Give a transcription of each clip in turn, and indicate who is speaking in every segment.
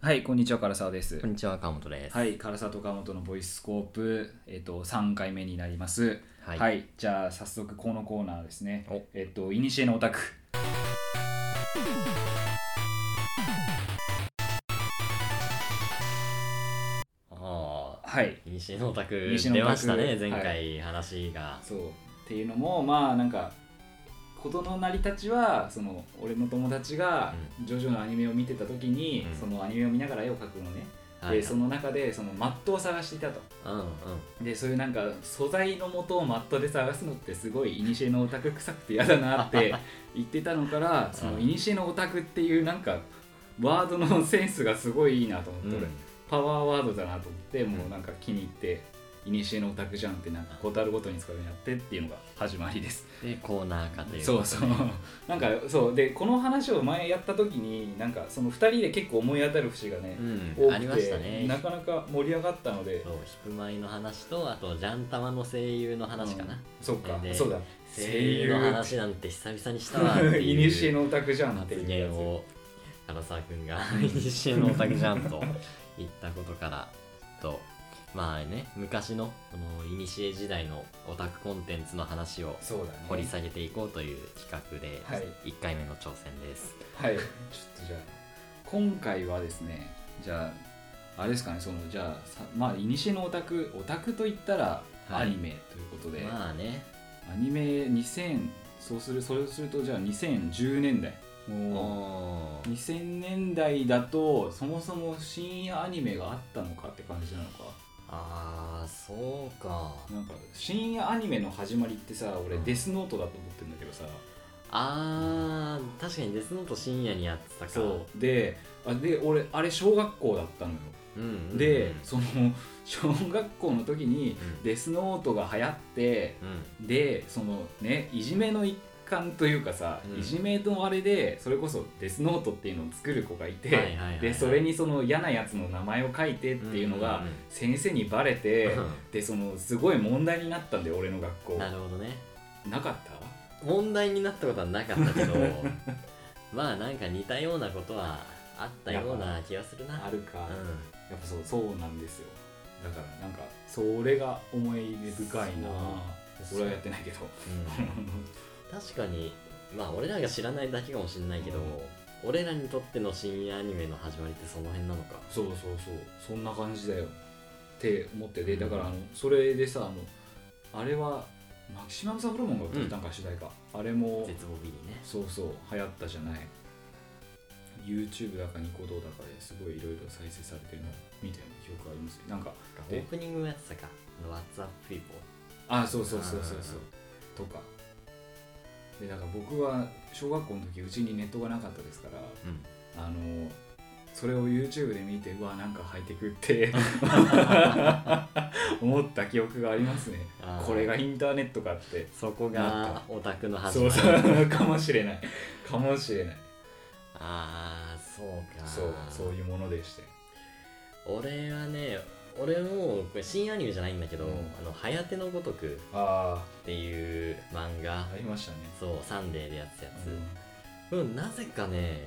Speaker 1: はい、こんにちは、唐沢です
Speaker 2: こん。にちは、川本です。
Speaker 1: はい、唐沢と川本のボイスコープ、えっと、3回目になります。は、
Speaker 2: はいい
Speaker 1: じゃあ、早速、このコーナーですね
Speaker 2: お。
Speaker 1: えっと、いにしえのオタク。
Speaker 2: ああ、
Speaker 1: はい、
Speaker 2: 西のオタク
Speaker 1: 西のオ
Speaker 2: 出
Speaker 1: タク
Speaker 2: ました
Speaker 1: は
Speaker 2: ね
Speaker 1: い、
Speaker 2: 前回話が。
Speaker 1: そう。っていうのも、まあ、なんか、事の成り立ちは、その、俺の友達が、ジョジョのアニメを見てた時に、
Speaker 2: うん
Speaker 1: そのアニメを見ながら絵を描くのね。
Speaker 2: はい
Speaker 1: で、その中で、その、マットを探していたと。
Speaker 2: うんうん。
Speaker 1: でそういうなんか素材の元をマットで探すのってすごい古のオタク臭くて嫌だなって 言ってたのからその
Speaker 2: うん
Speaker 1: 古のオタクっていうなんかワードのセンスがすごいいいなと思って、俺パワーワードだなと思ってもうなんか気に入って古のオタクじゃんってなんかこたるごとに使うようになってっていうのが始まりです
Speaker 2: で、コーナー化という。
Speaker 1: そうそうなんかそうでこの話を前やった時になんかその2人で結構思い当たる節がね
Speaker 2: う、ん
Speaker 1: 多
Speaker 2: あり
Speaker 1: く
Speaker 2: ました
Speaker 1: て
Speaker 2: ね。
Speaker 1: なかなか盛り上がったので
Speaker 2: そう、ヒプマイの話と、あと、ジャンタマの声優の話かな。
Speaker 1: そうか
Speaker 2: で
Speaker 1: そうだ
Speaker 2: 声優の話なんて久々にしたわって
Speaker 1: い にしえ
Speaker 2: いう
Speaker 1: のオタクじゃんって
Speaker 2: 発
Speaker 1: いうやつ
Speaker 2: 言を、唐沢くんが、 いにしえのオタクジャンと言ったことから、ちょっと、まあね、昔の、この、いにしえ時代のオタクコンテンツの話を、
Speaker 1: そうだね
Speaker 2: 掘り下げていこうという企画で
Speaker 1: はい
Speaker 2: 1回目の挑戦です、
Speaker 1: はいちょっとじゃあ今回はですねじゃああれですかねそのじゃあさまあいにしえのオタクオタクといったら
Speaker 2: は
Speaker 1: ア
Speaker 2: い
Speaker 1: ニメということで、
Speaker 2: まあね
Speaker 1: アニメ2000そうするそれをするとじゃあ2010年代も
Speaker 2: お
Speaker 1: う2000年代だとそもそも深夜アニメがあったのかって感じなのか
Speaker 2: あーそうか
Speaker 1: なんか深夜アニメの始まりってさ俺
Speaker 2: うん
Speaker 1: デスノートだと思ってるんだけどさ、
Speaker 2: あー確かにデスノート深夜にやってたか
Speaker 1: そうであで俺あれ小学校だったのよ、
Speaker 2: う、うんうんうん、
Speaker 1: でその 小学校の時に
Speaker 2: うん
Speaker 1: デスノートが流行って
Speaker 2: うん
Speaker 1: でそのねいじめの一環というかさ、
Speaker 2: うん
Speaker 1: いじめのあれでそれこそデスノートっていうのを作る子がいて、
Speaker 2: はいはいはいはい
Speaker 1: でそ れにその嫌なやつの名前を書いてっていうの
Speaker 2: う
Speaker 1: が
Speaker 2: んうんうん
Speaker 1: 先生にバレて、でそのすごい問題になったんで俺の学校
Speaker 2: なるほどね
Speaker 1: なかっ
Speaker 2: 問題になったことはなかった けどまあなんか似たようなことはあったような気がする
Speaker 1: た
Speaker 2: な
Speaker 1: あるか、
Speaker 2: う
Speaker 1: やっぱそうそうなんですよだからなんかそれが思い出深いな
Speaker 2: そう
Speaker 1: 俺はやってない けど
Speaker 2: ん、うん確かにまあ俺らが知らないだけかもしれないけど、
Speaker 1: うん
Speaker 2: 俺らにとっての深夜アニメの始まりってその辺なのか
Speaker 1: そうそうそうそんな感じだよって思ってでだからあのそれでさあのあれはマキシマムサホルモンが歌ったんか、主題歌あれも
Speaker 2: 絶望ビリね
Speaker 1: そうそう流行ったじゃない YouTube だかニコ動だかですごいいろいろ再生されてるのを見たような記憶ありますよなんか
Speaker 2: オ
Speaker 1: で
Speaker 2: ープニングもやってたか「あの What's Up People
Speaker 1: あそうそうそうそうそうとかでだから僕は小学校の時うちにネットがなかったですから」あのそれを YouTube で見てうわなんかハイテクって 思った記憶がありますね
Speaker 2: あー
Speaker 1: これがインターネットかって
Speaker 2: そこ
Speaker 1: な
Speaker 2: がオタクの始ま
Speaker 1: そう
Speaker 2: り
Speaker 1: そうかもしれないかもしれない
Speaker 2: ああそうか
Speaker 1: そうそういうものでして
Speaker 2: 俺はね俺もこれ新アニメじゃないんだけど「
Speaker 1: うん
Speaker 2: あのはやてのごとく」
Speaker 1: あ
Speaker 2: っていう漫画
Speaker 1: あありましたね、
Speaker 2: そうサンデーでやってたやつ、
Speaker 1: う
Speaker 2: うん、なぜかね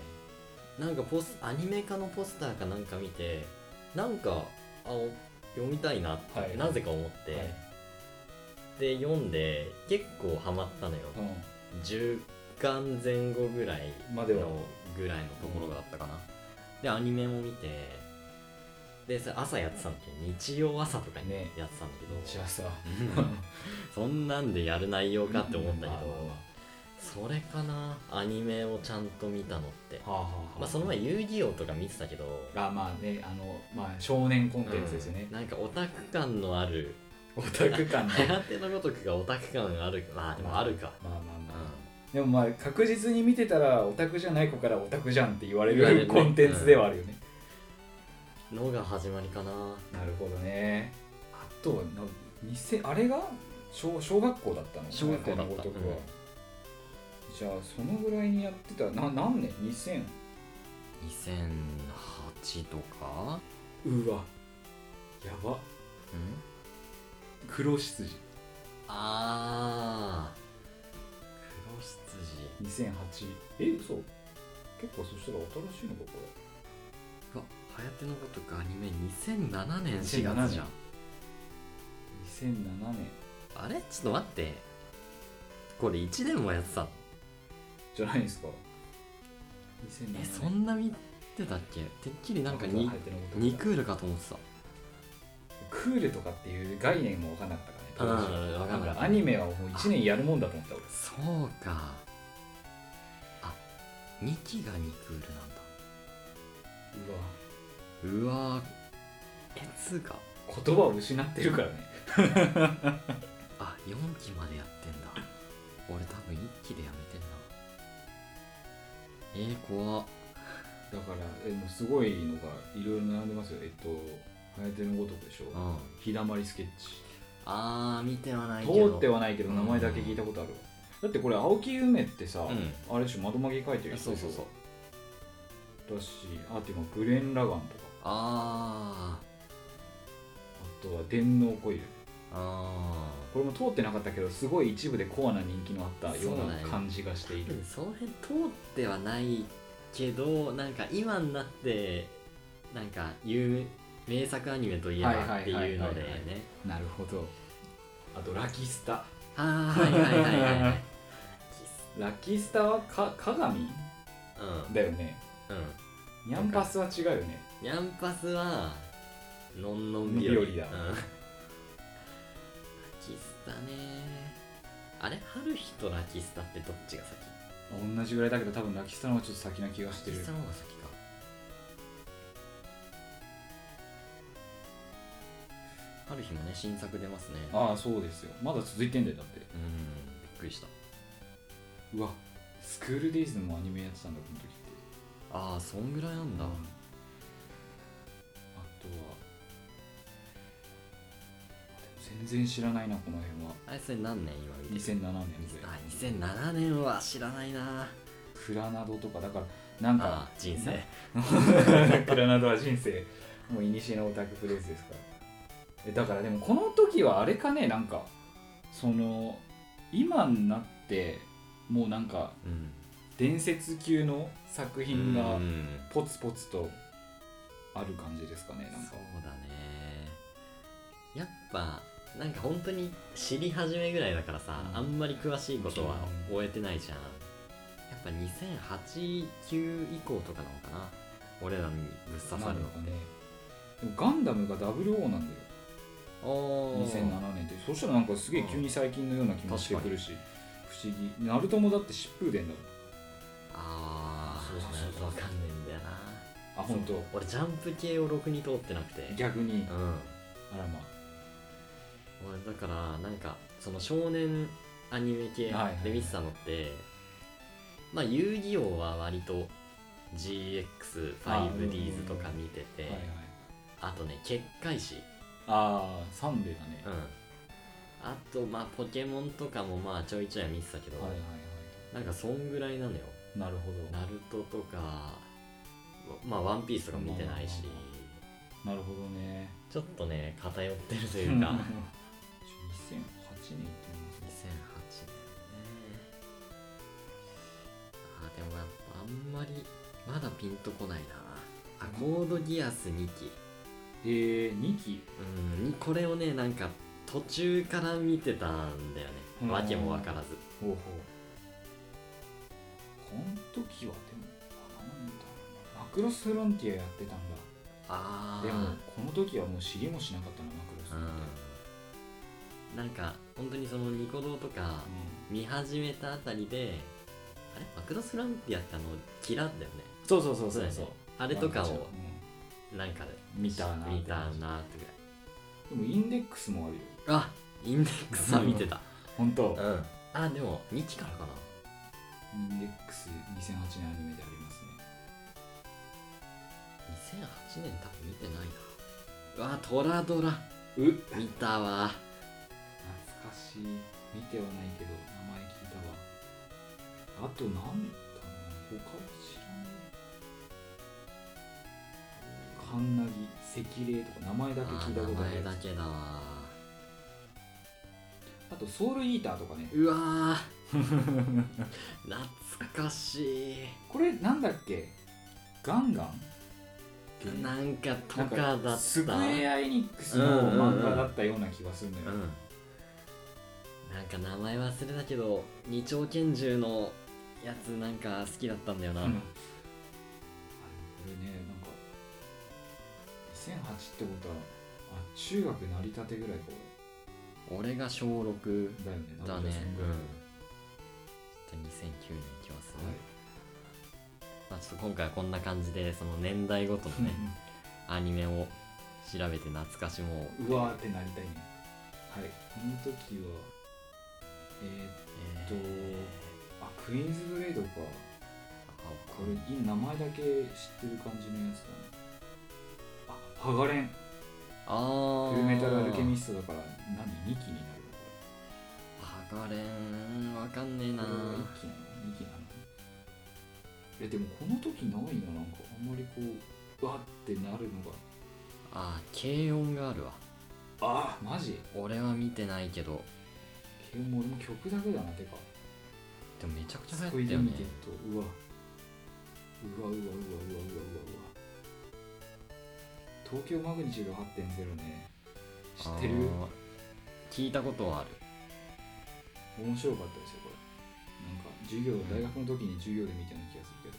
Speaker 2: なんかポスアニメ化のポスターかなんか見てなんかあお読みたいなって、
Speaker 1: はい
Speaker 2: なぜか思って、
Speaker 1: んはい
Speaker 2: で読んで結構ハマったのよ、
Speaker 1: う
Speaker 2: 10巻前後ぐらい
Speaker 1: ま
Speaker 2: の
Speaker 1: では
Speaker 2: ぐらいのところだったかな、でアニメも見てでそれ朝やってたんだけど日曜朝とかにや
Speaker 1: ね
Speaker 2: ってたんだけど、
Speaker 1: ん、じゃあさ
Speaker 2: そんなんでやる内容かって思ったけど、
Speaker 1: まあま
Speaker 2: それかなアニメをちゃんと見たのって
Speaker 1: あまあはあはあはあ
Speaker 2: まあ、その前遊戯王とか見てたけど
Speaker 1: あまあねあの、まあ、少年コン
Speaker 2: うん
Speaker 1: テンツですよね、
Speaker 2: なんかオタク感のある
Speaker 1: オタク感の
Speaker 2: 早手のごとくがオタク感あるまあでもあるか、
Speaker 1: まあまあまあ、
Speaker 2: う
Speaker 1: でもまあ確実に見てたらオタクじゃない子からオタクじゃんって言われ
Speaker 2: 言われ
Speaker 1: る
Speaker 2: るね
Speaker 1: コンテンツではあるよね、
Speaker 2: ん、のが始まりかな
Speaker 1: なるほどねあとはな2000あれが小小学校だったの
Speaker 2: 小学校だった
Speaker 1: あなたの男は
Speaker 2: うん
Speaker 1: じゃあそのぐらいにやってたな何年 2000?
Speaker 2: 2008とか
Speaker 1: うわやば
Speaker 2: うん
Speaker 1: 黒執事
Speaker 2: ああ黒執事
Speaker 1: 2008え嘘結構そしたら新しいのかこ
Speaker 2: うわ流行っ手のごとくアニメ2007年4
Speaker 1: 2007
Speaker 2: 月じゃん
Speaker 1: 2007年
Speaker 2: あれちょっと待ってこれ1年もやってたの
Speaker 1: じゃないんですか2007
Speaker 2: えそんな見てたっけてっきりなんかに2クールかと思ってた
Speaker 1: クールとかっていう概念も分かんなかったからね当時
Speaker 2: うん分かんなかった
Speaker 1: アニメはもう1年やるもんだと思った俺
Speaker 2: そうかあ2期が2クールなんだ
Speaker 1: うわ
Speaker 2: うわーえつうか
Speaker 1: 言葉を失ってるからね
Speaker 2: あ4期までやってんだ俺多分1期でやめてんなえー、怖っ
Speaker 1: だからえもうすごいのがいろいろ並んでますよえっと「はやてのごとく」でしょ
Speaker 2: うん
Speaker 1: 「ひだまりスケッチ
Speaker 2: あー見てはな」いけど
Speaker 1: 通ってはないけど名前だけ聞いたことあるわだってこれ青木梅ってさ、
Speaker 2: うん
Speaker 1: あれでしょ窓曲げ書いてる人
Speaker 2: そう
Speaker 1: でし
Speaker 2: そ
Speaker 1: ょ
Speaker 2: うそう
Speaker 1: だしあと今グレン・ラガンとかあ
Speaker 2: あ
Speaker 1: とは電脳コイル
Speaker 2: ーあ
Speaker 1: これも通ってなかったけどすごい一部でコアな人気のあったよう
Speaker 2: そうだ
Speaker 1: な
Speaker 2: よ
Speaker 1: 感じがしてい
Speaker 2: ー多
Speaker 1: る、
Speaker 2: 分その辺通ってはないけどなんか今になってなんか有名名作アニメといえばっていうので
Speaker 1: はいはいはいはいはい
Speaker 2: ね
Speaker 1: なるほどあとラキスタ
Speaker 2: あーはいはいはいはい はい
Speaker 1: ラキスタはか鏡
Speaker 2: う
Speaker 1: だよね
Speaker 2: んうん
Speaker 1: ニャンパスは違うよね
Speaker 2: ニャンパスはのんのんび
Speaker 1: のんびよりだ
Speaker 2: うん、ラキスタねあれ春日とラキスタってどっちが先
Speaker 1: 同じぐらいだけど多分ラキスタの方がちょっと先な気がして
Speaker 2: ラ
Speaker 1: る
Speaker 2: キスタの方が先か春日もね新作出ますね
Speaker 1: ああそうですよまだ続いてんだよだって
Speaker 2: うんびっくりした
Speaker 1: うわスクールデイズもアニメやってたんだこの時って
Speaker 2: ああそんぐらいなんだ
Speaker 1: あとは全然知らないなこの辺は
Speaker 2: あれそれ何年今見て
Speaker 1: 2007
Speaker 2: る
Speaker 1: 年で
Speaker 2: あ2007年は知らないな
Speaker 1: クラナドとかだからなんか
Speaker 2: あー人生
Speaker 1: クラナドは人生もういにしえのオタクフレーズですからえだからでもこの時はあれかねなんかその今になってもうなんか
Speaker 2: うん
Speaker 1: 伝説級の作品
Speaker 2: う
Speaker 1: が
Speaker 2: ん
Speaker 1: ポツポツとある感じですかねなん
Speaker 2: そ
Speaker 1: か
Speaker 2: うだねやっぱなんか本当に知り始めぐらいだからさ、
Speaker 1: うん
Speaker 2: あんまり詳しいことは
Speaker 1: う
Speaker 2: 終えてないじゃんやっぱ2008-9以降とかなのかな俺らにぶっ刺さ
Speaker 1: な
Speaker 2: る
Speaker 1: ん
Speaker 2: の
Speaker 1: かねでもガンダムが WO なんだよ
Speaker 2: お
Speaker 1: 2007年ってそしたらなんかすげえ急に最近のような気もしてくるし不思議ナルトもだって疾風伝だもん
Speaker 2: あ
Speaker 1: そうそうそう
Speaker 2: ーわかんないんだよな
Speaker 1: あ本当
Speaker 2: 俺ジャンプ系をろくに通ってなくてうん
Speaker 1: 逆にあらま
Speaker 2: 俺だからなんかその少年アニメ系
Speaker 1: はいはい
Speaker 2: で見てたのって、まあ遊戯王は割と
Speaker 1: あうんうんうん
Speaker 2: GX5Ds とか見て
Speaker 1: あ、
Speaker 2: て
Speaker 1: はいはい
Speaker 2: あ,、とね結界誌
Speaker 1: あーサンデーだね
Speaker 2: うんあとまあポケモンとかもまあちょいちょい見てたけど、
Speaker 1: はいはいは
Speaker 2: なんかそんぐらいなのよ
Speaker 1: いなるほど
Speaker 2: ナルトとかまあワンピースとか見てないし、
Speaker 1: まあなるほどね
Speaker 2: ちょっとね偏ってると
Speaker 1: と
Speaker 2: いうか
Speaker 1: 2008
Speaker 2: 2008
Speaker 1: 年って言いますね
Speaker 2: 年ねあーでもやっぱあんまりまだピンとこないなあコードギアス2期
Speaker 1: えー、2期
Speaker 2: うんにこれをねなんか途中から見てたんだよ
Speaker 1: うん
Speaker 2: ねわけもわからず
Speaker 1: ほうほうこの時はでもあなんだろうなマクロスフロンティアやってたんだ
Speaker 2: ああ
Speaker 1: でもこの時はもう知りもしなかったなマクロスフロンティア
Speaker 2: うんなんか本当にそのニコ動とか見始めたあたりであれマクロスフランティアってあのキラだよね
Speaker 1: そうそうそ
Speaker 2: そうだよねあれとかをなんかで
Speaker 1: 見たな
Speaker 2: 見たなってぐらい
Speaker 1: でもインデックスもあるよ
Speaker 2: あインデックスは見てた
Speaker 1: 本当
Speaker 2: んあでも2期からかな
Speaker 1: インデックス2008年アニメでありますね
Speaker 2: 2008年多分見てないなうわトラドラ
Speaker 1: う
Speaker 2: 見たわ
Speaker 1: 懐かしい見てはないけど名前聞いたわあと何だろうな他は知らないカンナギ赤霊とか名前だけ
Speaker 2: あ
Speaker 1: 聞いた
Speaker 2: 名
Speaker 1: ことあ
Speaker 2: 前
Speaker 1: る
Speaker 2: だけだわ
Speaker 1: あとソウルイーターとかね
Speaker 2: うわー 懐かしい
Speaker 1: これなんだっけガンガン
Speaker 2: え
Speaker 1: ね
Speaker 2: なんかと
Speaker 1: な
Speaker 2: かだ
Speaker 1: ん
Speaker 2: った
Speaker 1: かスクエア・エニックスの漫画だったような気がするんだよ、
Speaker 2: うんなんか名前忘れたけど二丁拳銃のやつなんか好きだったんだよな、
Speaker 1: うんあれこれねなんか2008ってことはあ中学成り立てぐらいか
Speaker 2: 俺が小6
Speaker 1: だよね
Speaker 2: だ
Speaker 1: なんか
Speaker 2: ね
Speaker 1: そん
Speaker 2: う
Speaker 1: ぐらい
Speaker 2: んちょっと2009年いきますね、まあ、ちょっと今回はこんな感じでその年代ごとのねアニメを調べて懐かしも
Speaker 1: うわーってなりたいねはいこの時はえ
Speaker 2: え
Speaker 1: ーっとあクイーンズブレードかこれ
Speaker 2: れ
Speaker 1: いい名前だけ知ってる感じのやつだねあハガレンフ
Speaker 2: あ
Speaker 1: ル
Speaker 2: ー
Speaker 1: メタルアルケミストだから何2期になる
Speaker 2: ハガレンわかんねえな
Speaker 1: これは1期なの2期なのえでもこの時ないななんかあんまりこううわってなるのが
Speaker 2: あ軽音があるわ
Speaker 1: ああマジ
Speaker 2: 俺は見てないけど
Speaker 1: けも俺も曲だけだなてか
Speaker 2: でもめちゃくちゃ
Speaker 1: ス
Speaker 2: 流
Speaker 1: ク
Speaker 2: 行
Speaker 1: イ
Speaker 2: った
Speaker 1: ズ
Speaker 2: よ
Speaker 1: ミ
Speaker 2: ね
Speaker 1: テッドうわうわうわうわうわうわうわうわ東京マグニチュード8.0ね知ってる
Speaker 2: あー聞いたことはある
Speaker 1: 面白かったですよこれなんか授業大学の時に授業で見たような気がするけど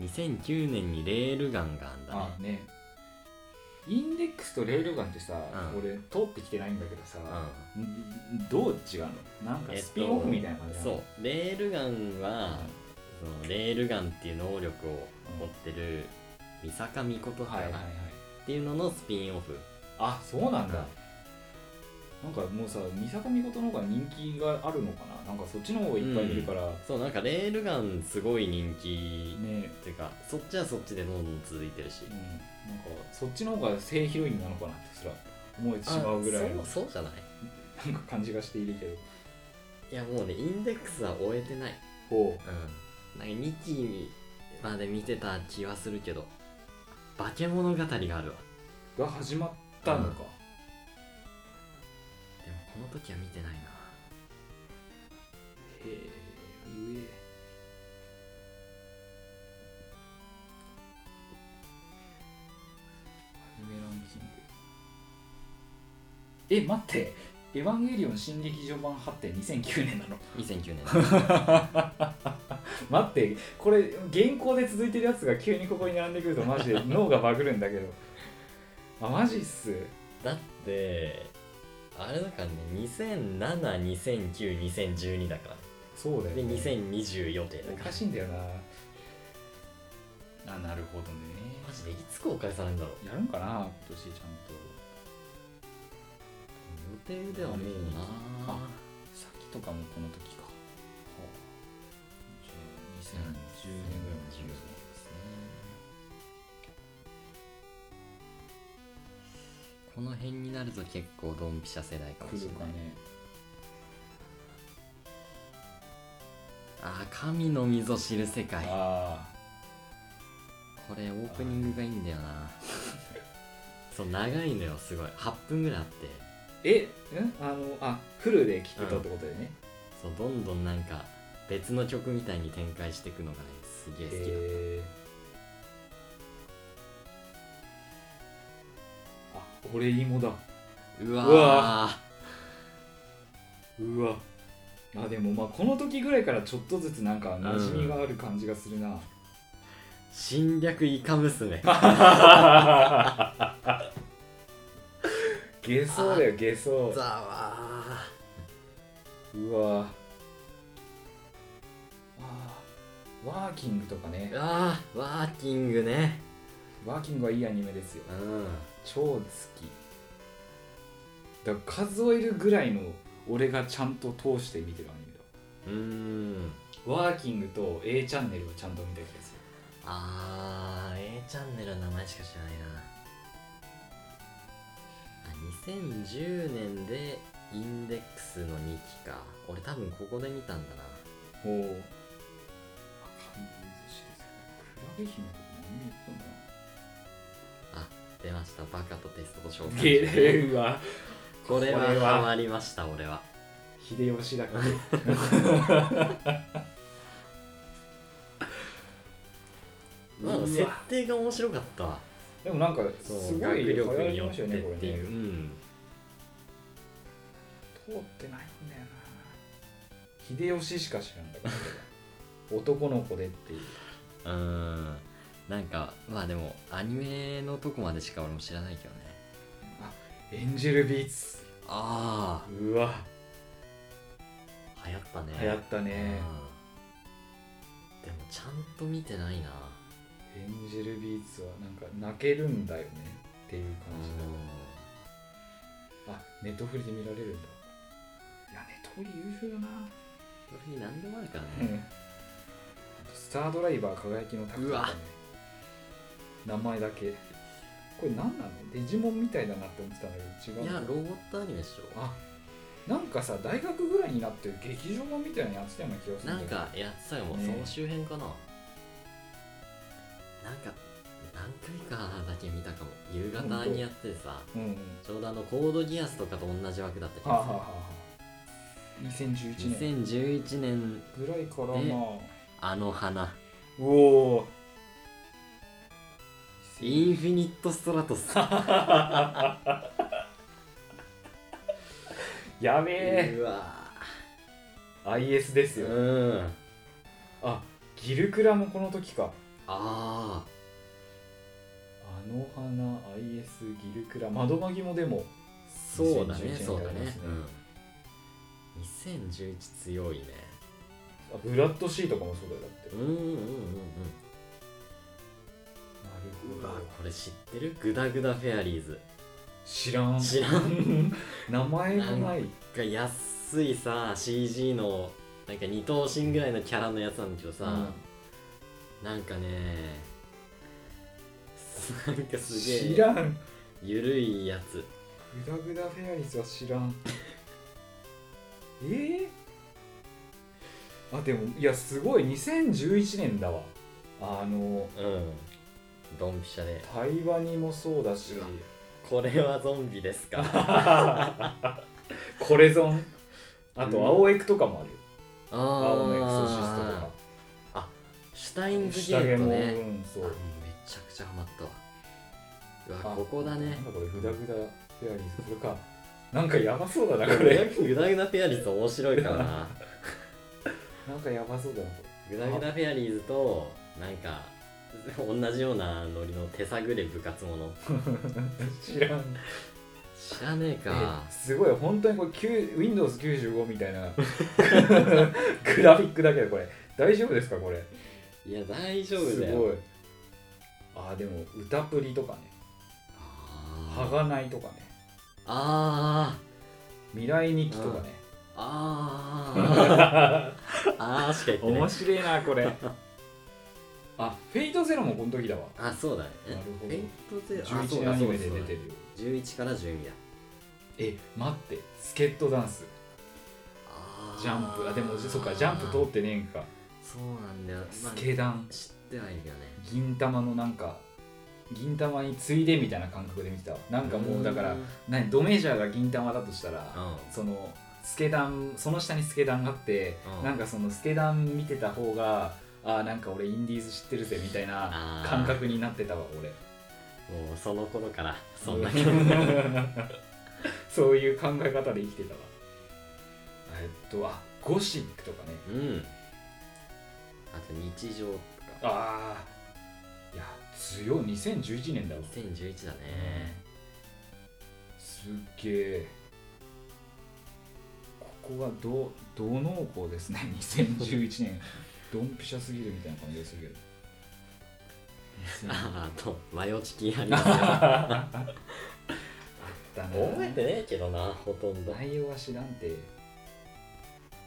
Speaker 2: うーんあ2009年にレールガンがあんだね
Speaker 1: あねインデックスとレールガンってさ、
Speaker 2: うん
Speaker 1: 俺通ってきてないんだけどさ、んどう違うのなんか
Speaker 2: えっと
Speaker 1: スピンオフみたいな感じなの
Speaker 2: そうレールガンは、そのレールガンっていう能力を持ってる三坂美琴
Speaker 1: はいはいはい
Speaker 2: っていうののスピンオフ
Speaker 1: あそうなんだ、
Speaker 2: うん
Speaker 1: なんかもうさ三坂美琴の方が人気があるのかななんかそっちの方がいっぱいいるから、
Speaker 2: そうなんかレールガンすごい人気、
Speaker 1: ね
Speaker 2: っていうかそっちはそっちでどんどん続いてるし
Speaker 1: うん、なんかそっちの方が正ヒロインなのかなってすら思えてしまうぐらいの
Speaker 2: そうそうじゃない
Speaker 1: なんか感じがしているけど
Speaker 2: いやもうねインデックスは終えてない
Speaker 1: ほ
Speaker 2: うんなんか2期まで見てた気はするけど化け物語があるわでも
Speaker 1: うが始まったのか、
Speaker 2: この時は見てない
Speaker 1: へ
Speaker 2: な
Speaker 1: えゆえアニメランキングえ待って「エヴァンゲリオン新劇場版8」って2009年なの
Speaker 2: 2009年
Speaker 1: 待ってこれ原稿で続いてるやつが急にここに並んでくるとマジで 脳がバグるんだけどあマジっす
Speaker 2: だってあれだからね200720092012だから
Speaker 1: そうだよ、
Speaker 2: で
Speaker 1: ね、
Speaker 2: 2020予定だ
Speaker 1: お
Speaker 2: か
Speaker 1: からしいんだよなあなるほどね
Speaker 2: マジでいつ公開されるんだろう
Speaker 1: やるんかな今年ちゃんと
Speaker 2: 予定ではもうな
Speaker 1: あ先とかもこの時か、はあ、2010年ぐらいまで
Speaker 2: 10ですねこの辺になると結構ドンピシャ世代かもし
Speaker 1: 来
Speaker 2: れ
Speaker 1: るか
Speaker 2: ない
Speaker 1: ね
Speaker 2: あー神の溝知る世界
Speaker 1: あ
Speaker 2: これオープニングがいいんだよな そう長いのよすごい8分ぐらいあって
Speaker 1: あえうんあのあフルで聴くとってことでね、
Speaker 2: そうどんどんなんか別の曲みたいに展開していくのがねすげえ好きだ、
Speaker 1: えー、あ俺芋だ
Speaker 2: うわー
Speaker 1: うわうわあでもまあこの時ぐらいからちょっとずつなんか馴染みがある感じがするな、
Speaker 2: 侵略イカ娘
Speaker 1: 下層だよ下層
Speaker 2: ざわ
Speaker 1: うわあーワーキングとかね
Speaker 2: ーうわーワーキングね
Speaker 1: ワーキングはいいアニメですよ
Speaker 2: うん
Speaker 1: 超好きだから数えるぐらいの俺がちゃんと通して見てるアニメだ
Speaker 2: うーん
Speaker 1: ワーキングと A チャンネルはちゃんと見た気がす
Speaker 2: あー A チャンネルの名前しか知らないなあ2010年でインデックスの2期か俺多分ここで見たんだ
Speaker 1: る
Speaker 2: な
Speaker 1: ほう赤い水しクラゲ姫とか何言ったんだ
Speaker 2: あ出ましたバカとテストと召喚
Speaker 1: ゲレーは
Speaker 2: これは
Speaker 1: これは
Speaker 2: ハマりました俺は
Speaker 1: 秀吉だから
Speaker 2: ま あ
Speaker 1: うわ
Speaker 2: 設定が面白かったわ
Speaker 1: でもなんか
Speaker 2: そう
Speaker 1: すご
Speaker 2: 学
Speaker 1: い流
Speaker 2: 力に
Speaker 1: 行
Speaker 2: よ
Speaker 1: り
Speaker 2: っ
Speaker 1: ましてた
Speaker 2: っ
Speaker 1: よねこ
Speaker 2: て
Speaker 1: れ
Speaker 2: い
Speaker 1: ね
Speaker 2: う、うん
Speaker 1: 通ってないんだよな秀吉しか知らんだから俺は男の子でっていう
Speaker 2: うーんなんかまあでもアニメのとこまでしか俺も知らないけどね
Speaker 1: エンジェルビーツ
Speaker 2: あ
Speaker 1: うわ
Speaker 2: あ流行ったね
Speaker 1: 流行ったね
Speaker 2: うんでもちゃんと見てないな
Speaker 1: エンジェルビーツはなんか泣けるんだよねっていう感じだあ
Speaker 2: う
Speaker 1: ネットフリで見られるんだいやネットフリ優秀だなん
Speaker 2: それに何でもあるからね
Speaker 1: スタードライバー輝きのタクト
Speaker 2: う
Speaker 1: と
Speaker 2: わ
Speaker 1: かね名前だけこれ何なのデジモンみたいだなって思ってたんだけど違
Speaker 2: いうや
Speaker 1: の
Speaker 2: ロボットアニメでしょ
Speaker 1: あなんかさ大学ぐらいになって劇場版みたいなのやってたような気がする
Speaker 2: なん
Speaker 1: だよ
Speaker 2: かやってたよ、
Speaker 1: ね
Speaker 2: その周辺かななんか何回かだけ見たかも夕方にやっててさ
Speaker 1: うんうん
Speaker 2: ちょうどあのコードギアスとかと同じ枠だった気
Speaker 1: はあ、は
Speaker 2: が
Speaker 1: あはあはあ、2011
Speaker 2: する
Speaker 1: 年
Speaker 2: 2011年
Speaker 1: ぐらいから
Speaker 2: で
Speaker 1: まあ
Speaker 2: あの花
Speaker 1: うおお
Speaker 2: インフィニットストラトス
Speaker 1: やべえ、
Speaker 2: うわ
Speaker 1: IS です
Speaker 2: う
Speaker 1: よ、
Speaker 2: んあ
Speaker 1: あギルクラもこの時か
Speaker 2: あ
Speaker 1: あの花 IS ギルクラ窓マギもでも
Speaker 2: そうだ
Speaker 1: 2011
Speaker 2: ね
Speaker 1: 年
Speaker 2: そうだ
Speaker 1: になりま
Speaker 2: ね
Speaker 1: すね
Speaker 2: うん2011強いね
Speaker 1: あブラッドシーとかもそうだよだって
Speaker 2: うんうんうんうん
Speaker 1: な
Speaker 2: うわこれ知ってるグダグダフェアリーズ
Speaker 1: 知らん
Speaker 2: 知らん
Speaker 1: 名前がない
Speaker 2: が安いさ CG のなんか二頭身ぐらいのキャラのやつなんだけどさ、なんかねなんか
Speaker 1: うん
Speaker 2: す
Speaker 1: 知
Speaker 2: げえ
Speaker 1: らん
Speaker 2: ゆるいやつ
Speaker 1: グダグダフェアリスは知らんえー、あでもいやすごい2011年だわあの
Speaker 2: うんドンピシャで
Speaker 1: 対話にもそうだし
Speaker 2: うわこれはゾンビですか
Speaker 1: これぞんあと青エクとかもあるよ
Speaker 2: あー
Speaker 1: 青のエクソシストとか
Speaker 2: シュタインズゲ
Speaker 1: 下
Speaker 2: ー
Speaker 1: 着
Speaker 2: ト
Speaker 1: も、
Speaker 2: ね
Speaker 1: うん、そ
Speaker 2: あもう
Speaker 1: う
Speaker 2: めちゃくちゃハマったわうわ
Speaker 1: あ
Speaker 2: ここだね
Speaker 1: なんだこれグダグダフェアリーズこれかなんかやばそうだなこ
Speaker 2: グ
Speaker 1: れ
Speaker 2: ダグダグダフェアリーズ面白いか らな
Speaker 1: なんかやばそうだなこ
Speaker 2: グダグダフェアリーズとなんか同じようなノリの手探れ部活もの
Speaker 1: れ 知らん
Speaker 2: 知らねえか
Speaker 1: えすごい本当にこれ 9- Windows95 みたいな グラフィックだけどこれ大丈夫ですかこれ
Speaker 2: いや大丈夫
Speaker 1: す
Speaker 2: だ
Speaker 1: ご
Speaker 2: よ
Speaker 1: いあーでも歌プリとかねは
Speaker 2: あー
Speaker 1: がないとかね
Speaker 2: あ
Speaker 1: 未来日記とかね
Speaker 2: ー あーあーしか言ってない
Speaker 1: 白いなこれ あフェイトゼロもこの時だわ
Speaker 2: あそうだねえ
Speaker 1: なるほど
Speaker 2: フェイトゼロあそう
Speaker 1: 11
Speaker 2: だ
Speaker 1: ア
Speaker 2: そ
Speaker 1: ニ
Speaker 2: うだ
Speaker 1: メ
Speaker 2: そ
Speaker 1: で
Speaker 2: う
Speaker 1: 出
Speaker 2: だ
Speaker 1: てるよ
Speaker 2: 11から12だ
Speaker 1: え待ってスケットダンス
Speaker 2: あー
Speaker 1: ジャンプあでもそっかジャンプ通ってねえんか
Speaker 2: そうなんだよ、ま
Speaker 1: ス
Speaker 2: あ、知
Speaker 1: ケダン
Speaker 2: ってはいるけどね
Speaker 1: 銀玉のなんか銀玉に次いでみたいな感覚で見てたわなんかもうだから
Speaker 2: ん
Speaker 1: 何ドメジャーが銀玉だとしたら、
Speaker 2: うん
Speaker 1: そのスケダンその下にスケダンがあって、
Speaker 2: うん
Speaker 1: なんかそのスケダン見てた方があーなんか俺インディーズ知ってるぜみたいな
Speaker 2: あー
Speaker 1: 感覚になってたわ俺
Speaker 2: もうその頃からそんな
Speaker 1: う
Speaker 2: 気
Speaker 1: ん
Speaker 2: 分
Speaker 1: そういう考え方で生きてたわえっとあゴシックとかね
Speaker 2: うんあと日常とか
Speaker 1: ああいや強い2011年だわ
Speaker 2: 2011だね
Speaker 1: すっげえここはど同濃厚ですね 2011年ドンピシャすぎるみたいな感じがするけど
Speaker 2: ああとマヨチキあ りますよ
Speaker 1: だな
Speaker 2: 覚えてねえけどなほとんど
Speaker 1: 内容は知らんて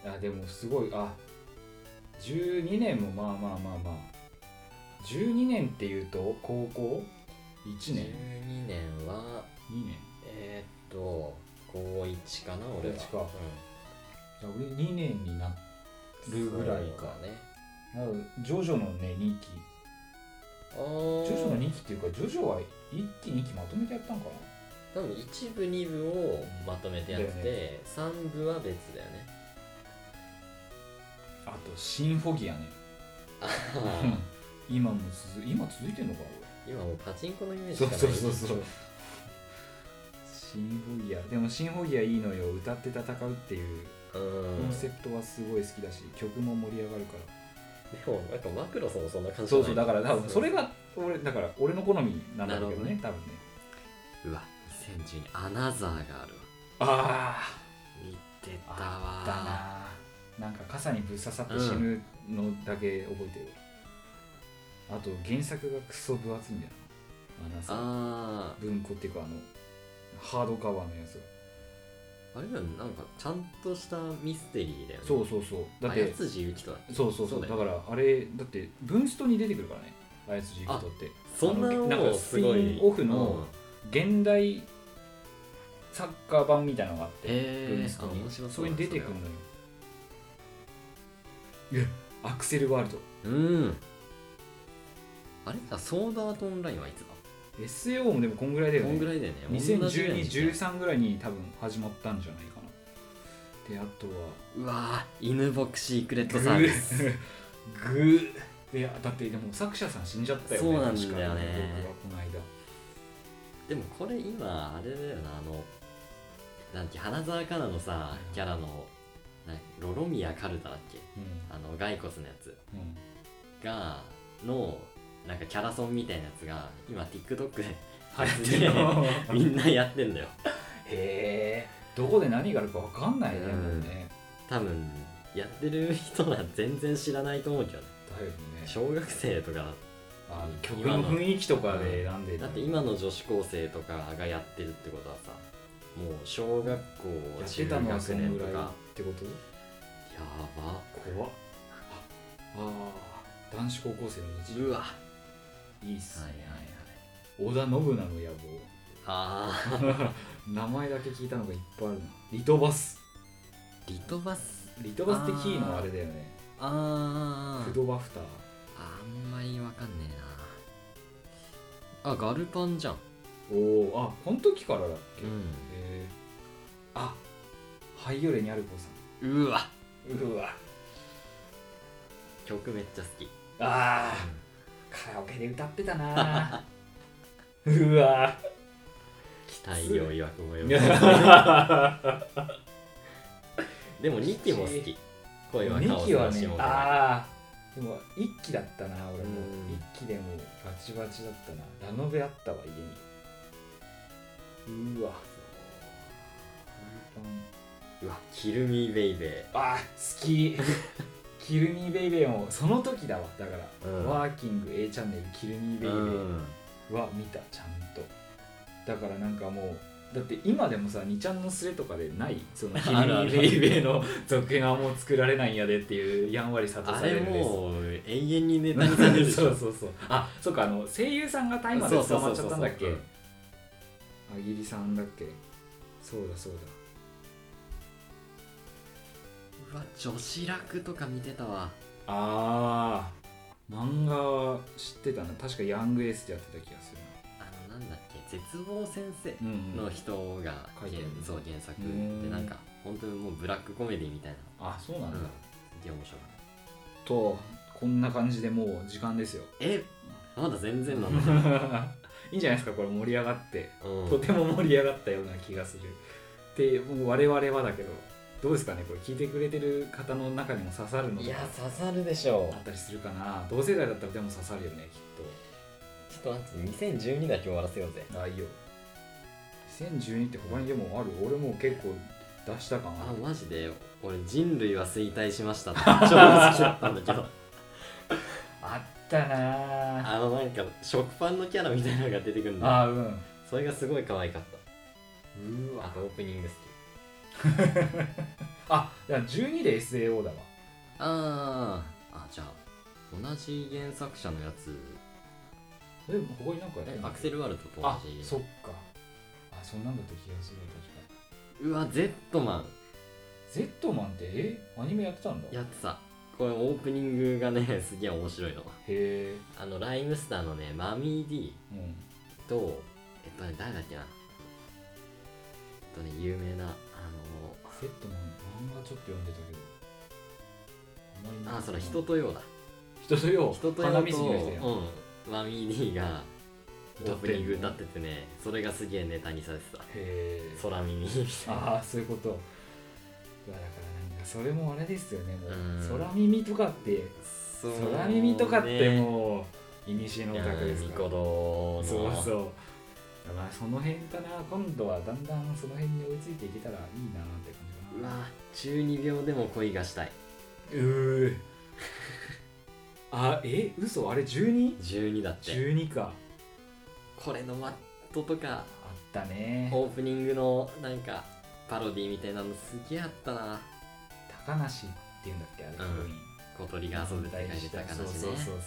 Speaker 1: あでもすごいあ12年もまあまあまあまあ12年っていうと高校1年
Speaker 2: 12年は
Speaker 1: 2年
Speaker 2: えー、っと高1かな俺は
Speaker 1: 高一かじゃあ俺2年になるぐらいか
Speaker 2: そ
Speaker 1: な
Speaker 2: うだね
Speaker 1: るジョジョのね2期
Speaker 2: あー
Speaker 1: ジョジョの2期っていうかジョジョは1期2期まとめてやったんかな
Speaker 2: 多分1部2部をまとめてやって、
Speaker 1: だよね
Speaker 2: 3部は別だよね
Speaker 1: あとシンフォギアね
Speaker 2: あー
Speaker 1: 今も続今続いてんのかなこれ
Speaker 2: 今もうパチンコのイメージし
Speaker 1: そ
Speaker 2: か
Speaker 1: う
Speaker 2: ない
Speaker 1: そうそうそうシンフォギアでもシンフォギアいいのよ歌って戦うっていう
Speaker 2: うん
Speaker 1: コンセプトはすごい好きだし曲も盛り上がるから
Speaker 2: でもなんかマクロさんもそんな感じじ
Speaker 1: そ
Speaker 2: ゃ
Speaker 1: う
Speaker 2: な
Speaker 1: そ
Speaker 2: い
Speaker 1: うだから多分それが俺だから俺の好みなんだけど
Speaker 2: なるほど
Speaker 1: ね
Speaker 2: ね
Speaker 1: 多分ね
Speaker 2: うわ2010年アナザーがあるわ
Speaker 1: あ
Speaker 2: 見て
Speaker 1: あ
Speaker 2: た
Speaker 1: あ
Speaker 2: わ
Speaker 1: ったななんか傘にぶっ刺さって死ぬのだけ覚えてる、あと原作がクソ分厚いんだよなあのさ
Speaker 2: あ
Speaker 1: 文庫っていうかあのハードカバーのやつが
Speaker 2: ーあれだよねなんかちゃんとしたミステリーだよね
Speaker 1: そうそうそうだって
Speaker 2: 綾辻ゆきとだっけ
Speaker 1: そうそうそう
Speaker 2: そうだ
Speaker 1: だ
Speaker 2: よ
Speaker 1: からあれだって文ストに出てくるからねあやつジークトって
Speaker 2: そんな
Speaker 1: あの
Speaker 2: の
Speaker 1: なんか
Speaker 2: すごい
Speaker 1: スピンオフの現代サッカー版みたいなのがあって、
Speaker 2: へー
Speaker 1: ブンストに
Speaker 2: あ面白そうだ
Speaker 1: それに出てくるのよいやアクセルワールド
Speaker 2: うん、うんあれさソードアートオンラインはいつだ
Speaker 1: SAO もでもこんぐらいだよ
Speaker 2: こんぐ
Speaker 1: ね
Speaker 2: らいだよね同じぐらいの時期だ
Speaker 1: 201213ぐらいに多分始まったんじゃないかなであとは
Speaker 2: うわー犬ボクシークレット
Speaker 1: グ
Speaker 2: サービス
Speaker 1: ーグーいやだってでも作者さん死んじゃったよね
Speaker 2: そうなんだよね
Speaker 1: 確か僕がこの間
Speaker 2: でもこれ今あれだよなあのなんて花澤香菜のさ
Speaker 1: うん
Speaker 2: キャラのなロロミア・カルタだっけ
Speaker 1: う
Speaker 2: あの骸骨のやつ
Speaker 1: んうん
Speaker 2: がのなんかキャラソンみたいなやつが今 TikTok でみ
Speaker 1: へ
Speaker 2: んなやってんだよ
Speaker 1: えどこで何があるか分かんないね、
Speaker 2: うん
Speaker 1: もうね
Speaker 2: 多分やってる人は全然知らないと思うけどね
Speaker 1: だよね
Speaker 2: 小学生とかだ
Speaker 1: あの曲の雰囲気とかで選んでる
Speaker 2: だって今の女子高生とかがやってるってことはさもう小学校
Speaker 1: やって
Speaker 2: 中
Speaker 1: たのはそ
Speaker 2: 学
Speaker 1: の
Speaker 2: 年
Speaker 1: ぐ
Speaker 2: と
Speaker 1: らいっ
Speaker 2: かや
Speaker 1: てこと
Speaker 2: ば
Speaker 1: 怖っああー男子高校生の日常
Speaker 2: うわはい
Speaker 1: いっす
Speaker 2: いはい
Speaker 1: ね、織
Speaker 2: はい
Speaker 1: 田信長の野
Speaker 2: ああ
Speaker 1: 望名前だけ聞いたのがいっぱいあるなリトバス
Speaker 2: リトバス
Speaker 1: リトバスってキーのあれだよね
Speaker 2: あ
Speaker 1: ク
Speaker 2: ー
Speaker 1: ドバフター
Speaker 2: あんまりわかんねえなあガルパンじゃん
Speaker 1: おおあこの時からだっけ、へ
Speaker 2: う
Speaker 1: えあハイヨレニャルコさん
Speaker 2: んうわ
Speaker 1: うわ
Speaker 2: 曲めっちゃ好き
Speaker 1: あーカラオケで歌ってたな うわ
Speaker 2: 期待よ曰くもよ でも2期も好き声は
Speaker 1: 2
Speaker 2: 顔
Speaker 1: 期は
Speaker 2: 出し
Speaker 1: ね
Speaker 2: も
Speaker 1: ああでも1期だったな俺も
Speaker 2: うん
Speaker 1: 1期でもうバチバチだったなラノベあったわ家にうわ
Speaker 2: うわキルミーベイベ
Speaker 1: あー好 きキルミーベイベーもその時だわだから、
Speaker 2: うん
Speaker 1: ワーキング A チャンネルキルミー
Speaker 2: ー
Speaker 1: ベイベー、
Speaker 2: うん
Speaker 1: は見たちゃんとだからなんかもうだって今でもさ2ちゃんのスレとかで ないその「キ
Speaker 2: あるあ
Speaker 1: ミ
Speaker 2: る
Speaker 1: ベイベー」の続編はもう作られないんやでっていうやんわり諭
Speaker 2: あ
Speaker 1: され
Speaker 2: れ
Speaker 1: るです
Speaker 2: もう永遠にネタにされるでし
Speaker 1: そ
Speaker 2: ょ
Speaker 1: うそうそうあそうかあの声優さんがタイマーで捕まっちゃったんだっけ
Speaker 2: そうそうそうそう
Speaker 1: あぎりさんだっけそうだそうだ
Speaker 2: うわ女子楽とか見てたわ
Speaker 1: あー漫画は知ってたな確かヤングエースでやってた気がする
Speaker 2: あのなんだっけ絶望先生
Speaker 1: なうん、
Speaker 2: の人が
Speaker 1: 書いてる
Speaker 2: 原そう原作
Speaker 1: うん
Speaker 2: でなんか本当にもうブラックコメディみたいな
Speaker 1: あそうなんだ、
Speaker 2: うんすげえ面白い
Speaker 1: とこんな感じでもう時間 ですよ
Speaker 2: えまだ全然なんだ
Speaker 1: いいんじゃないですかこれ盛り上がって
Speaker 2: うん
Speaker 1: とても盛り上がったような気がするでもう我々はだけどどうですかねこれ聞いてくれてる方の中にも刺さるの
Speaker 2: い
Speaker 1: と
Speaker 2: や
Speaker 1: か
Speaker 2: 刺さるでしょ
Speaker 1: あったりするかな同世代だったらでも刺さるよねき
Speaker 2: ちょっと待って2012だけ終わらせようぜ
Speaker 1: っとあいいよ2012って他にでもある俺もう結構出したかな
Speaker 2: あマジで俺人類は衰退しました って超好きだったんだけど
Speaker 1: あったなあ
Speaker 2: あのなんか食パンのキャラみたいなのが出てくるんだ
Speaker 1: あーうん
Speaker 2: それがすごい可愛かっ
Speaker 1: う
Speaker 2: たあ
Speaker 1: わ
Speaker 2: とオープニング好き
Speaker 1: あだから12で SAO だわ
Speaker 2: あーあじゃあ同じ原作者のやつ
Speaker 1: でもここになんかやって
Speaker 2: え
Speaker 1: んの
Speaker 2: アクセルワールドと同
Speaker 1: あ
Speaker 2: じ
Speaker 1: そっかあそんなんだった気がする確か
Speaker 2: うわ Z マン
Speaker 1: Z マンってえアニメやってたんだへ
Speaker 2: やってたこれオープニングがね すげえ面白いの
Speaker 1: え、
Speaker 2: あのライムスターのねマミー D
Speaker 1: うん、
Speaker 2: とえっとね誰だっけなえっとね有名なあの
Speaker 1: Z マン漫画ちょっと読んでたけどあんまり
Speaker 2: あそれ
Speaker 1: 人
Speaker 2: 人とようだ
Speaker 1: 人とよ
Speaker 2: 人と
Speaker 1: 花
Speaker 2: やる
Speaker 1: 見
Speaker 2: と、
Speaker 1: す
Speaker 2: う
Speaker 1: ぎの人やん
Speaker 2: ん、マミー D がオープニング歌っててねそれがすげえネタにされてた
Speaker 1: へー
Speaker 2: 空耳みたいな
Speaker 1: ああそういうことだからなんかそれもあれですよねもう
Speaker 2: うん
Speaker 1: 空耳とかって
Speaker 2: そうね
Speaker 1: 空耳とかってもういにしえのお
Speaker 2: いや
Speaker 1: 宅です
Speaker 2: ミ
Speaker 1: から
Speaker 2: コロの
Speaker 1: そうそうだからその辺かな今度はだんだんその辺に追いついていけたらいいなって感じ
Speaker 2: う
Speaker 1: かな
Speaker 2: わ12秒でも恋がしたいう
Speaker 1: ーあえ嘘あれ 12?12
Speaker 2: 12だって
Speaker 1: か
Speaker 2: これのマットとか
Speaker 1: あったね
Speaker 2: オープニングのなんかパロディみたいなのすげえあったな
Speaker 1: 高梨っていうんだっけあれ
Speaker 2: うん小鳥が遊ぶって書いてた
Speaker 1: そ
Speaker 2: 感
Speaker 1: う
Speaker 2: じ
Speaker 1: そう
Speaker 2: ね
Speaker 1: そうそう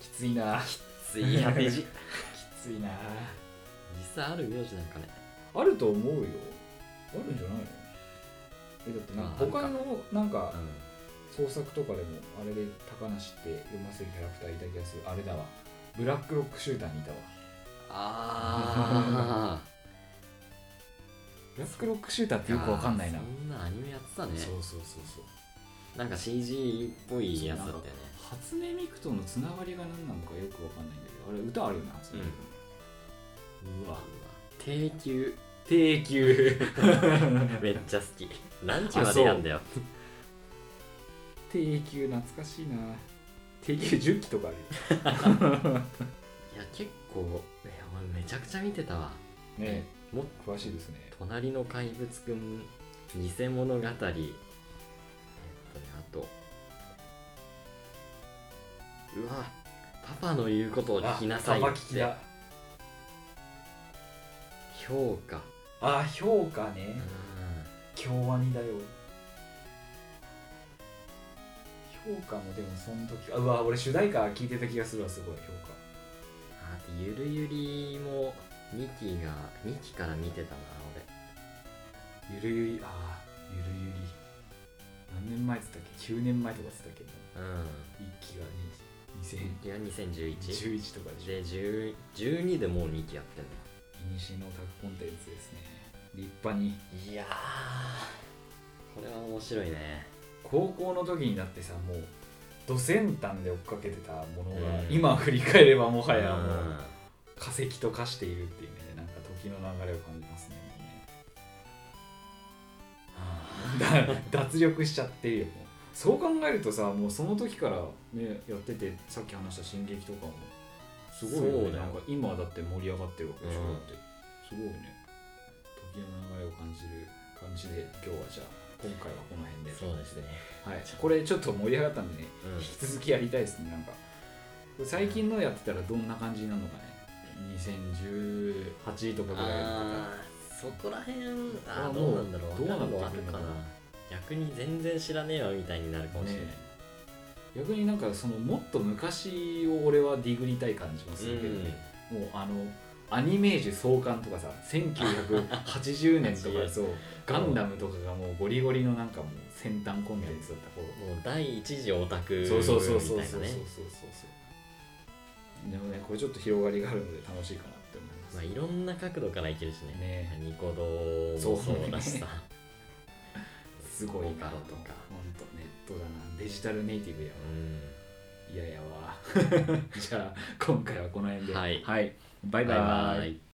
Speaker 1: きついなき
Speaker 2: ついやペ ージ実
Speaker 1: ついな
Speaker 2: 際ある名字なんかね
Speaker 1: あると思うよあるんじゃないのえだってなんか
Speaker 2: まあ
Speaker 1: 他
Speaker 2: ある
Speaker 1: のなんか
Speaker 2: うん
Speaker 1: 創作とかでもあれで高梨って読ませるキャラクターいた気がするあれだわブラックロック集団にいたわ
Speaker 2: あ
Speaker 1: ブラックロック集団っ
Speaker 2: あ
Speaker 1: てよくわかんないな
Speaker 2: そんなアニメやってたね
Speaker 1: そうそうそうそう
Speaker 2: なんか CG っぽいやつだったよね
Speaker 1: 初音ミクとのつながりが何なのかよくわかんないんだけどあれ歌あるよな初音ミク
Speaker 2: うわ低級
Speaker 1: 低級
Speaker 2: めっちゃ好き何時までやんだよ
Speaker 1: 低級懐かしいな低級10期とかあるよ
Speaker 2: いや結構いや俺めちゃくちゃ見てたわ
Speaker 1: ね
Speaker 2: もっと
Speaker 1: 詳しいですね
Speaker 2: 隣の怪物くん偽物語えっとねあとうわパパの言うことを聞きなさい
Speaker 1: あ
Speaker 2: っ
Speaker 1: パパ聞き
Speaker 2: て
Speaker 1: だ
Speaker 2: 評価
Speaker 1: あ評価
Speaker 2: う
Speaker 1: ね
Speaker 2: ん
Speaker 1: 京アニだよ評価もでもその時あうわ俺主題歌聞いてた気がするわすごい評価
Speaker 2: あとゆるゆりも2期が2期から見てたな
Speaker 1: ゆるゆりあーゆるゆり何年前っつったっけ9年前とかっつったっけど
Speaker 2: 俺
Speaker 1: 一期が
Speaker 2: うんいや2011
Speaker 1: 2011とかでしょ
Speaker 2: で10 12でもう2期やってんの
Speaker 1: いにしえのオタクコンテンツですね立派に
Speaker 2: いやーこれは面白いね
Speaker 1: 高校の時になってさもうド先端で追っかけてたものが、
Speaker 2: うん
Speaker 1: 今振り返ればもはやも
Speaker 2: うん
Speaker 1: う化石と化しているっていうねなんか時の流れを感じますねもうねだ 脱力しちゃってるよもうそう考えるとさもうその時からねやっててさっき話した進撃とかもすごいよ
Speaker 2: そう
Speaker 1: ね
Speaker 2: だよ
Speaker 1: なんか今だって盛り上がってるわけでしょ、
Speaker 2: うん
Speaker 1: だってすごいね時の流れを感じる感じで今日はじゃあ今回はこの辺で
Speaker 2: そうですね、
Speaker 1: はい、これちょっと盛り上がったんでね
Speaker 2: うん
Speaker 1: 引き続きやりたいですねなんか最近のやってたらどんな感じなのかね2018とかぐらいだっ
Speaker 2: あーそこら辺あ
Speaker 1: あも
Speaker 2: ーど
Speaker 1: う
Speaker 2: うなんだろう
Speaker 1: どうなの
Speaker 2: わかるのあるか
Speaker 1: どう
Speaker 2: な
Speaker 1: なの
Speaker 2: 逆に全然知らねえわみたいになるか
Speaker 1: た
Speaker 2: も
Speaker 1: か
Speaker 2: し
Speaker 1: ね
Speaker 2: れない、
Speaker 1: 逆になんかそのもっと昔を俺はディグりたい感じもするけどね、もうあのアニメージュ創刊とかさ1980年 と
Speaker 2: 80
Speaker 1: かそうガンダムとかがもうゴリゴリのなんかもう先端コンテンツだった頃
Speaker 2: もう第一次オタクみたいな
Speaker 1: そう
Speaker 2: ね
Speaker 1: そうそうそうそうそうそうでもねこれちょっと広がりがあるので楽しいかなって思います、
Speaker 2: まあ、いろんな角度からいけるしね
Speaker 1: ね
Speaker 2: ニコ動もそうだしさ
Speaker 1: すごい
Speaker 2: オ
Speaker 1: な
Speaker 2: カ
Speaker 1: と
Speaker 2: ロとか
Speaker 1: 本当ネットだなデジタルネイティ ブや
Speaker 2: うん
Speaker 1: わいややわじゃあ今回はこの辺で
Speaker 2: はい
Speaker 1: バイバイ
Speaker 2: イ